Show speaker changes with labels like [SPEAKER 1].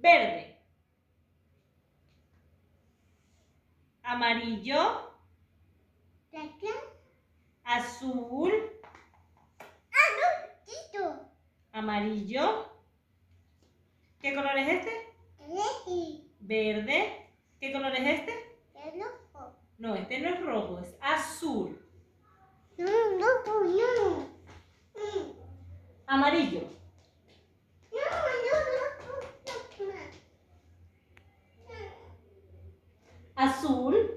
[SPEAKER 1] verde, amarillo,
[SPEAKER 2] Tacán.
[SPEAKER 1] azul,
[SPEAKER 2] Ah, no, listo.
[SPEAKER 1] amarillo. ¿Qué color es este?
[SPEAKER 2] Tres
[SPEAKER 1] Verde. ¿Qué color es este?
[SPEAKER 2] el ojo.
[SPEAKER 1] No, este no es rojo, es azul.
[SPEAKER 2] No, no, no, no. Mm.
[SPEAKER 1] Amarillo.
[SPEAKER 2] No, no, no, no, no.
[SPEAKER 1] Azul.